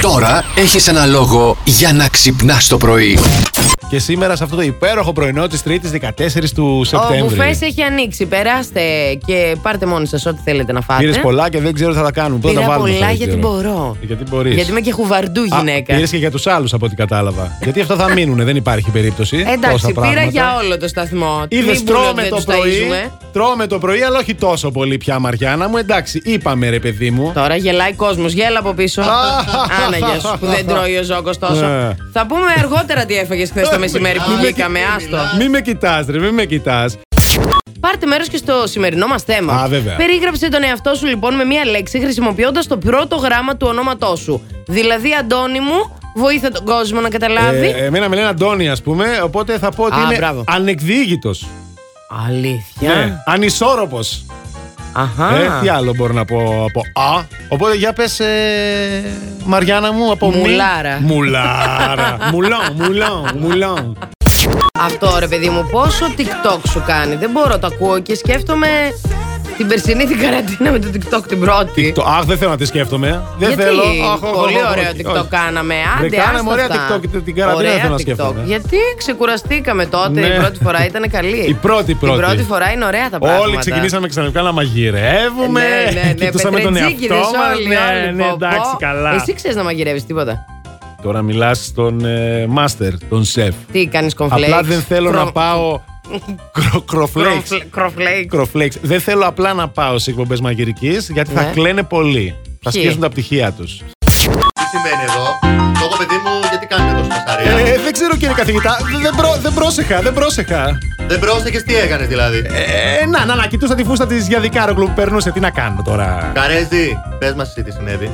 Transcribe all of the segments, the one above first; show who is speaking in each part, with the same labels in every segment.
Speaker 1: Τώρα έχεις ένα λόγο για να ξυπνάς το πρωί.
Speaker 2: Και σήμερα σε αυτό το υπέροχο πρωινό της 3η 14 του
Speaker 3: Ο
Speaker 2: Σεπτέμβρη.
Speaker 3: μπουφές έχει ανοίξει. Περάστε και πάρτε μόνοι σας ό,τι θέλετε να φάτε.
Speaker 2: Πήρες πολλά και δεν ξέρω τι θα τα κάνουμε. Πού θα
Speaker 3: Πήρα
Speaker 2: τα βάλουμε.
Speaker 3: πολλά
Speaker 2: αυτά, δεν
Speaker 3: γιατί
Speaker 2: ξέρω.
Speaker 3: μπορώ.
Speaker 2: Γιατί μπορείς.
Speaker 3: Γιατί είμαι και χουβαρντού γυναίκα.
Speaker 2: Πήρες και για τους άλλους από ό,τι κατάλαβα. γιατί αυτά θα μείνουν, δεν υπάρχει περίπτωση.
Speaker 3: Εντάξει,
Speaker 2: τόσα
Speaker 3: πήρα
Speaker 2: πράγματα.
Speaker 3: για όλο το σταθμό.
Speaker 2: Είδες,
Speaker 3: Τρίπουλο
Speaker 2: τρώμε
Speaker 3: δεν
Speaker 2: το
Speaker 3: τους
Speaker 2: πρωί.
Speaker 3: ταΐζουμε.
Speaker 2: Τρώμε το πρωί, αλλά όχι τόσο πολύ πια, Μαριάννα μου. Εντάξει, είπαμε ρε παιδί μου.
Speaker 3: Τώρα γελάει κόσμος. Γέλα από πίσω. Άναγια σου που δεν τρώει ο ζόκο
Speaker 2: Ναι. Ε,
Speaker 3: τόσο. Θα πούμε αργότερα τι έφαγες χθες το μεσημέρι που
Speaker 2: Μη με
Speaker 3: βγήκαμε.
Speaker 2: κοι-
Speaker 3: Άστο.
Speaker 2: Μη με κοιτάς, ρε, μη με κοιτάς.
Speaker 3: Πάρτε μέρος και στο σημερινό μας θέμα.
Speaker 2: Α, βέβαια.
Speaker 3: Περίγραψε τον εαυτό σου λοιπόν με μία λέξη χρησιμοποιώντας το πρώτο γράμμα του ονόματός σου. Δηλαδή, Αντώνη μου, βοήθα τον κόσμο να καταλάβει.
Speaker 2: Ε, εμένα με λένε Αντώνη, ας πούμε, οπότε θα πω ότι
Speaker 3: Α,
Speaker 2: είμαι
Speaker 3: μπράβο.
Speaker 2: ανεκδιήγητο.
Speaker 3: Αλήθεια.
Speaker 2: Ναι, ανισόρροπος.
Speaker 3: Αχα.
Speaker 2: Ε, τι άλλο μπορώ να πω από Α. Οπότε για πες ε, Μαριάννα μου από μη.
Speaker 3: Μουλάρα.
Speaker 2: Μουλάρα. μουλόν, μουλόν, μουλόν.
Speaker 3: Αυτό ρε παιδί μου, πόσο TikTok σου κάνει. Δεν μπορώ, το ακούω και σκέφτομαι την περσινή την καραντίνα με το TikTok την πρώτη.
Speaker 2: TikTok. Αχ, δεν θέλω να τη σκέφτομαι. Δεν
Speaker 3: Γιατί
Speaker 2: θέλω. Αχ, αχ,
Speaker 3: πολύ
Speaker 2: αχ, αχ,
Speaker 3: ωραίο
Speaker 2: όχι,
Speaker 3: TikTok
Speaker 2: όχι.
Speaker 3: κάναμε.
Speaker 2: Δεν
Speaker 3: Άντε,
Speaker 2: κάναμε
Speaker 3: άστα
Speaker 2: ωραία
Speaker 3: αυτά.
Speaker 2: TikTok την καραντίνα,
Speaker 3: Ωραία
Speaker 2: δεν θέλω να
Speaker 3: TikTok.
Speaker 2: σκέφτομαι.
Speaker 3: Γιατί ξεκουραστήκαμε τότε,
Speaker 2: Ναι.
Speaker 3: η πρώτη φορά ήταν καλή.
Speaker 2: Η πρώτη πρώτη.
Speaker 3: Η πρώτη φορά είναι ωραία τα πράγματα.
Speaker 2: Όλοι ξεκινήσαμε ξαφνικά να μαγειρεύουμε.
Speaker 3: Ναι, ναι, ναι.
Speaker 2: Κοιτούσαμε τον εαυτό
Speaker 3: πετρετζίκηδες
Speaker 2: μας.
Speaker 3: όλοι,
Speaker 2: Ναι,
Speaker 3: όλοι,
Speaker 2: ναι,
Speaker 3: πω,
Speaker 2: εντάξει,
Speaker 3: πω.
Speaker 2: καλά.
Speaker 3: Εσύ ξέρεις να μαγειρεύεις τίποτα.
Speaker 2: Τώρα μιλάς στον μάστερ, τον σεφ.
Speaker 3: Τι κάνεις κομφλέξ.
Speaker 2: Απλά δεν θέλω να πάω. Κρο- Κροφλέξ.
Speaker 3: Κροφλέξ.
Speaker 2: Κροφλέξ. Δεν θέλω απλά να πάω σε εκπομπές μαγειρικής γιατί θα
Speaker 3: Ναι.
Speaker 2: κλαίνε πολύ. Θα
Speaker 3: Ποιοι?
Speaker 2: σκίσουν τα πτυχία τους.
Speaker 4: Τι σημαίνει εδώ. Λόγω παιδί μου, γιατί κάνετε τόσο μασαρία.
Speaker 2: Ε, δεν ξέρω κύριε καθηγητά, δεν, προ- δεν πρόσεχα, δεν πρόσεχα.
Speaker 4: Δεν πρόσεχε τι έκανε δηλαδή.
Speaker 2: Ε, να, να, να, κοιτούσα τη φούστα της για δικάρογλου που περνούσε. Τι να κάνω τώρα.
Speaker 4: Καρέζι, πες μας εσύ τι συνέβη.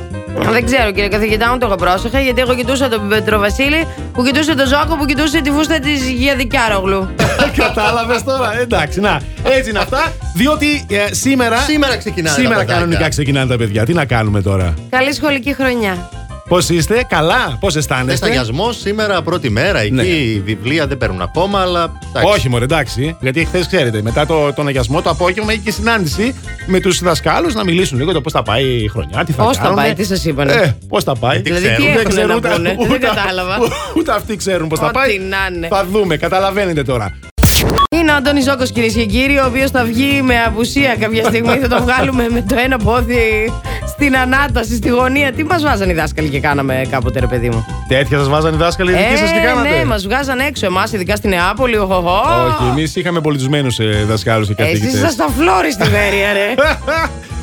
Speaker 3: Δεν ξέρω κύριε καθηγητά μου το έχω πρόσεχα γιατί εγώ κοιτούσα τον Πετροβασίλη που κοιτούσε τον Ζόκο που κοιτούσε τη φούστα της Γιαδικιάρογλου.
Speaker 2: Κατάλαβες τώρα. Εντάξει, να. Έτσι είναι αυτά. Διότι ε, σήμερα.
Speaker 4: Σήμερα ξεκινάνε τα
Speaker 2: Σήμερα
Speaker 4: παιδάκια.
Speaker 2: κανονικά ξεκινάνε τα παιδιά. Τι να κάνουμε τώρα.
Speaker 3: Καλή σχολική χρονιά.
Speaker 2: Πώς είστε, καλά, πώς
Speaker 4: Είναι
Speaker 2: αισθάνεστε.
Speaker 4: σταγιασμό σήμερα, πρώτη μέρα. Εκεί
Speaker 2: Ναι.
Speaker 4: οι βιβλία δεν παίρνουν ακόμα, αλλά. εντάξει.
Speaker 2: Όχι, μωρέ, εντάξει. Γιατί χθες, ξέρετε, μετά το, τον αγιασμό το απόγευμα είχε και συνάντηση με τους δασκάλους να μιλήσουν λίγο το πώς θα πάει η χρονιά, τι θα
Speaker 3: Πώς τα
Speaker 2: κάνουνε.
Speaker 3: πάει, τι σας είπανε.
Speaker 2: Ε, πώς θα πάει.
Speaker 4: Δεν
Speaker 3: δηλαδή τι έχουν
Speaker 4: ξέρουν,
Speaker 3: να
Speaker 2: ούτε-
Speaker 3: πούνε.
Speaker 2: ούτε-
Speaker 3: Δεν κατάλαβα.
Speaker 2: Ούτε αυτοί ξέρουν πώς θα
Speaker 3: Ό,τι
Speaker 2: πάει.
Speaker 3: να είναι.
Speaker 2: Θα δούμε, καταλαβαίνετε τώρα.
Speaker 3: Είναι ο Αντώνη Ζόκο, κυρίες και κύριοι, ο οποίος θα βγει με απουσία κάποια στιγμή. θα το βγάλουμε με το ένα πόδι στην ανάταση, στη γωνία. Τι μας βάζανε οι δάσκαλοι και κάναμε κάποτε, ρε παιδί μου.
Speaker 2: Τέτοια σας βάζανε οι δάσκαλοι δικοί σας και κάνατε.
Speaker 3: ναι, μας βγάζαν έξω εμάς, ειδικά στην Νεάπολη. Οχοχο.
Speaker 2: Όχι, εμείς είχαμε πολιτισμένου δασκάλους και καθηγητέ.
Speaker 3: Εσεί ήσασταν φλόρι στη Βέρεια, ρε.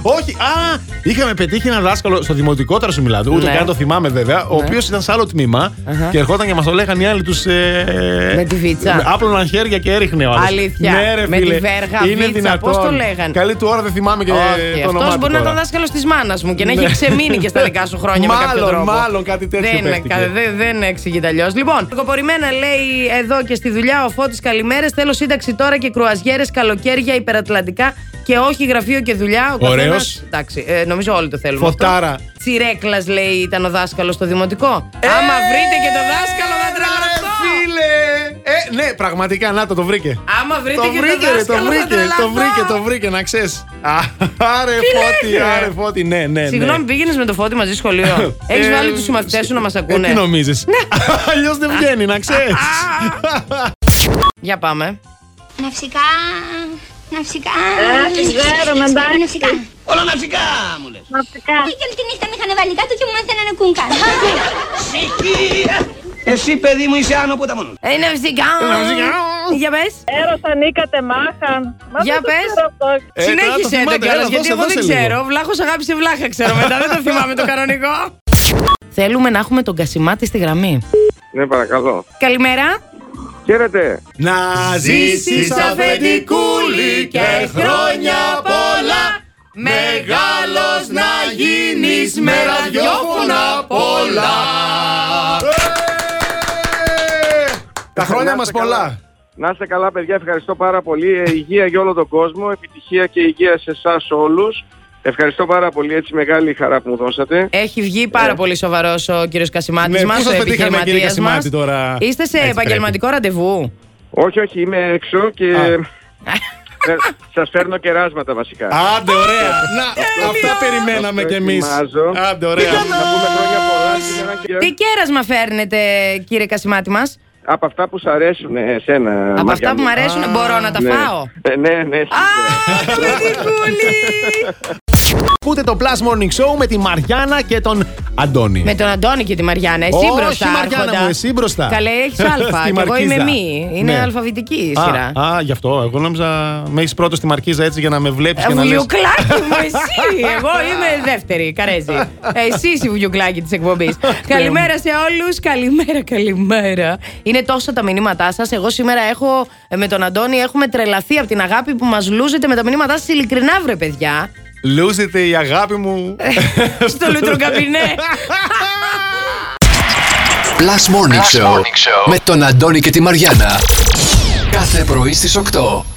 Speaker 2: Όχι, α! Είχαμε πετύχει έναν δάσκαλο στο δημοτικό, τώρα σου μιλάω. Ούτε
Speaker 3: Ναι.
Speaker 2: καν το θυμάμαι βέβαια. Ο
Speaker 3: Ναι.
Speaker 2: οποίος ήταν σε άλλο τμήμα
Speaker 3: Αχα.
Speaker 2: και ερχόταν και μας το λέγανε οι άλλοι τους. Ε,
Speaker 3: Με τη βίτσα.
Speaker 2: με- Άπλωναν χέρια και έριχνε ο άλλος.
Speaker 3: Αλήθεια.
Speaker 2: Ναι, ρε,
Speaker 3: Με τη
Speaker 2: φίλε.
Speaker 3: βέργα,
Speaker 2: είναι
Speaker 3: βίτσα,
Speaker 2: δυνατόν.
Speaker 3: πώς το λέγανε.
Speaker 2: Καλή του ώρα δεν θυμάμαι και
Speaker 3: Όχι,
Speaker 2: το όνομά
Speaker 3: αυτό
Speaker 2: του
Speaker 3: μπορεί να
Speaker 2: τώρα.
Speaker 3: ήταν δάσκαλος της μάνας μου και να
Speaker 2: Ναι.
Speaker 3: έχει ξεμείνει και στα δικά σου χρόνια με κάποιο
Speaker 2: Μάλλον,
Speaker 3: τρόπο.
Speaker 2: μάλλον, κάτι τέτοιο
Speaker 3: Δεν, είναι
Speaker 2: παίχτηκε.
Speaker 3: κα- δεν, δεν εξηγείται αλλιώς. Λοιπόν, κοπορημένα λέει εδώ και στη δουλειά ο Φώτης καλημέρες. Θέλω σύνταξη τώρα και κρουαζιέρες, καλοκαίρια, υπερατλαντικά και όχι γραφείο και δουλειά. Ο
Speaker 2: Ωραίος.
Speaker 3: καθένας- Εντάξει, ε, νομίζω όλοι το θέλουμε. αυτό.
Speaker 2: Φωτάρα.
Speaker 3: Τσιρέκλας λέει ήταν ο δάσκαλος στο δημοτικό. Άμα βρείτε και το δάσκαλο θα
Speaker 2: Ε, ρε,
Speaker 3: τρελαθώ.
Speaker 2: Ε, Φίλε! Ε, ναι, πραγματικά, να το, το βρήκε.
Speaker 3: Άμα βρείτε
Speaker 2: το
Speaker 3: και
Speaker 2: βρήκε,
Speaker 3: το
Speaker 2: ρε, το
Speaker 3: δάσκαλο θα
Speaker 2: βρήκε, το
Speaker 3: τρελαθώ.
Speaker 2: βρήκε, το βρήκε, να ξέρεις. Άρε φώτη,
Speaker 3: λες, ρε.
Speaker 2: άρε φώτη, ναι, ναι. ναι.
Speaker 3: Συγγνώμη, πήγαινες με το φώτι μαζί σχολείο. Έχει
Speaker 2: Ε,
Speaker 3: βάλει τους συμμαθητές σου να μας
Speaker 2: Ε,
Speaker 3: ακούνε. Ναι.
Speaker 2: τι νομίζεις. Αλλιώς δεν βγαίνει, να ξέρεις.
Speaker 3: Για πάμε.
Speaker 5: Ναυσικά. Ναυσικά. Ναυσικά.
Speaker 6: Όλα ναυσικά μου λες.
Speaker 5: Πήγαινε τη νύχτα μηχανεβαλικά του και μου μάθαιναν να κουνκάν.
Speaker 6: Ψυχία. ε, Εσύ παιδί μου είσαι άνω ποταμών.
Speaker 3: Ε, Είναι φυσικά.
Speaker 2: φυσικά.
Speaker 3: Για πες.
Speaker 7: Έρωτα νίκατε μάχαν. Μα
Speaker 3: Για
Speaker 7: δεν το
Speaker 3: πες.
Speaker 7: ξέρω αυτό.
Speaker 2: Ε, καλά, το
Speaker 3: Συνέχισε
Speaker 2: θυμάται.
Speaker 3: το κιόλα,
Speaker 2: Έλα,
Speaker 3: γιατί
Speaker 2: δώσε,
Speaker 3: εγώ δεν
Speaker 2: δώσε λίγο.
Speaker 3: ξέρω. Βλάχος αγάπησε βλάχα, ξέρω μετά. Δεν το θυμάμαι το κανονικό. Θέλουμε να έχουμε τον Κασιμάτη στη γραμμή.
Speaker 8: Ναι, παρακαλώ.
Speaker 3: Καλημέρα.
Speaker 8: Χαίρετε.
Speaker 2: Να
Speaker 4: ζήσεις αφεντικούλη και χρόνια πολλά, μεγάλος να γίνεις με ραδιόφωνα πολλά.
Speaker 2: Ε, Τα χρόνια
Speaker 8: Να
Speaker 2: μας
Speaker 8: είστε καλά.
Speaker 2: πολλά.
Speaker 8: Να είστε καλά, παιδιά. Ευχαριστώ πάρα πολύ. Ε, υγεία για όλο τον κόσμο. Επιτυχία και υγεία σε εσάς όλους. Ευχαριστώ πάρα πολύ. Έτσι, μεγάλη χαρά που μου δώσατε.
Speaker 3: Έχει βγει πάρα πολύ σοβαρός ο κύριος Κασιμάτης
Speaker 2: Ναι,
Speaker 3: μας,
Speaker 2: πού
Speaker 3: ο
Speaker 2: σας πετύχαμε, κύριε
Speaker 3: επιχειρηματία μας.
Speaker 2: Κασιμάτη, τώρα?
Speaker 3: Είστε σε
Speaker 2: Έτσι
Speaker 3: επαγγελματικό ραντεβού.
Speaker 8: Όχι, όχι, είμαι έξω και.
Speaker 2: Α.
Speaker 8: Σας φέρνω κεράσματα βασικά.
Speaker 2: Άντε, ωραία. Να, αυτά περιμέναμε κι εμεί.
Speaker 8: Προετοιμάζω.
Speaker 2: Άντε, ωραία.
Speaker 8: Να πούμε χρόνια πολλά σήμερα Γεια.
Speaker 3: Τι κέρασμα φέρνετε, κύριε Κασιμάτη μας.
Speaker 8: Από αυτά που σ' αρέσουν εσένα.
Speaker 3: Από
Speaker 8: Μαριά
Speaker 3: αυτά που
Speaker 8: μου
Speaker 3: μου αρέσουν, μπορώ να τα
Speaker 8: ναι.
Speaker 3: φάω.
Speaker 8: Ε, ναι, ναι,
Speaker 3: Α,
Speaker 8: σίγουρα.
Speaker 3: γλυκούλη!
Speaker 2: Ακούτε το Plus Morning Show με τη Μαριάννα και τον Αντώνη.
Speaker 3: Με τον Αντώνη και τη Μαριάννα, εσύ
Speaker 2: Όχι,
Speaker 3: μπροστά.
Speaker 2: Μαριάννα
Speaker 3: άρχοντα.
Speaker 2: μου, εσύ μπροστά.
Speaker 3: Καλέ, έχεις
Speaker 2: Στη
Speaker 3: αλφα. και εγώ είμαι
Speaker 2: Μαρκίζα.
Speaker 3: μη. Είναι
Speaker 2: Ναι.
Speaker 3: αλφαβητική η
Speaker 2: Α,
Speaker 3: σειρά.
Speaker 2: Α, γι' αυτό. Εγώ νόμιζα με έχεις πρώτο στη μαρκίζα έτσι για να με βλέπεις και να λες.
Speaker 3: Βουγιουκλάκι Ε, μου, εσύ! Εγώ είμαι δεύτερη, καρέζι. Εσύ είσαι η βουγιουκλάκι της εκπομπής.
Speaker 2: Ναι.
Speaker 3: καλημέρα σε όλους. Καλημέρα, καλημέρα. Είναι τόσα τα μηνύματά σας. Εγώ σήμερα έχω ε, με τον Αντώνη έχουμε τρελαθεί από την αγάπη που μας λούζετε με τα μηνύματά σας. Ειλικρινά, βρε παιδιά.
Speaker 2: Λούζεται η αγάπη μου.
Speaker 3: Ε, Στο λουτροκαμπινέ.
Speaker 1: Plus Morning, Show, με τον Αντώνη και τη Μαριάνα. Κάθε πρωί στις 8.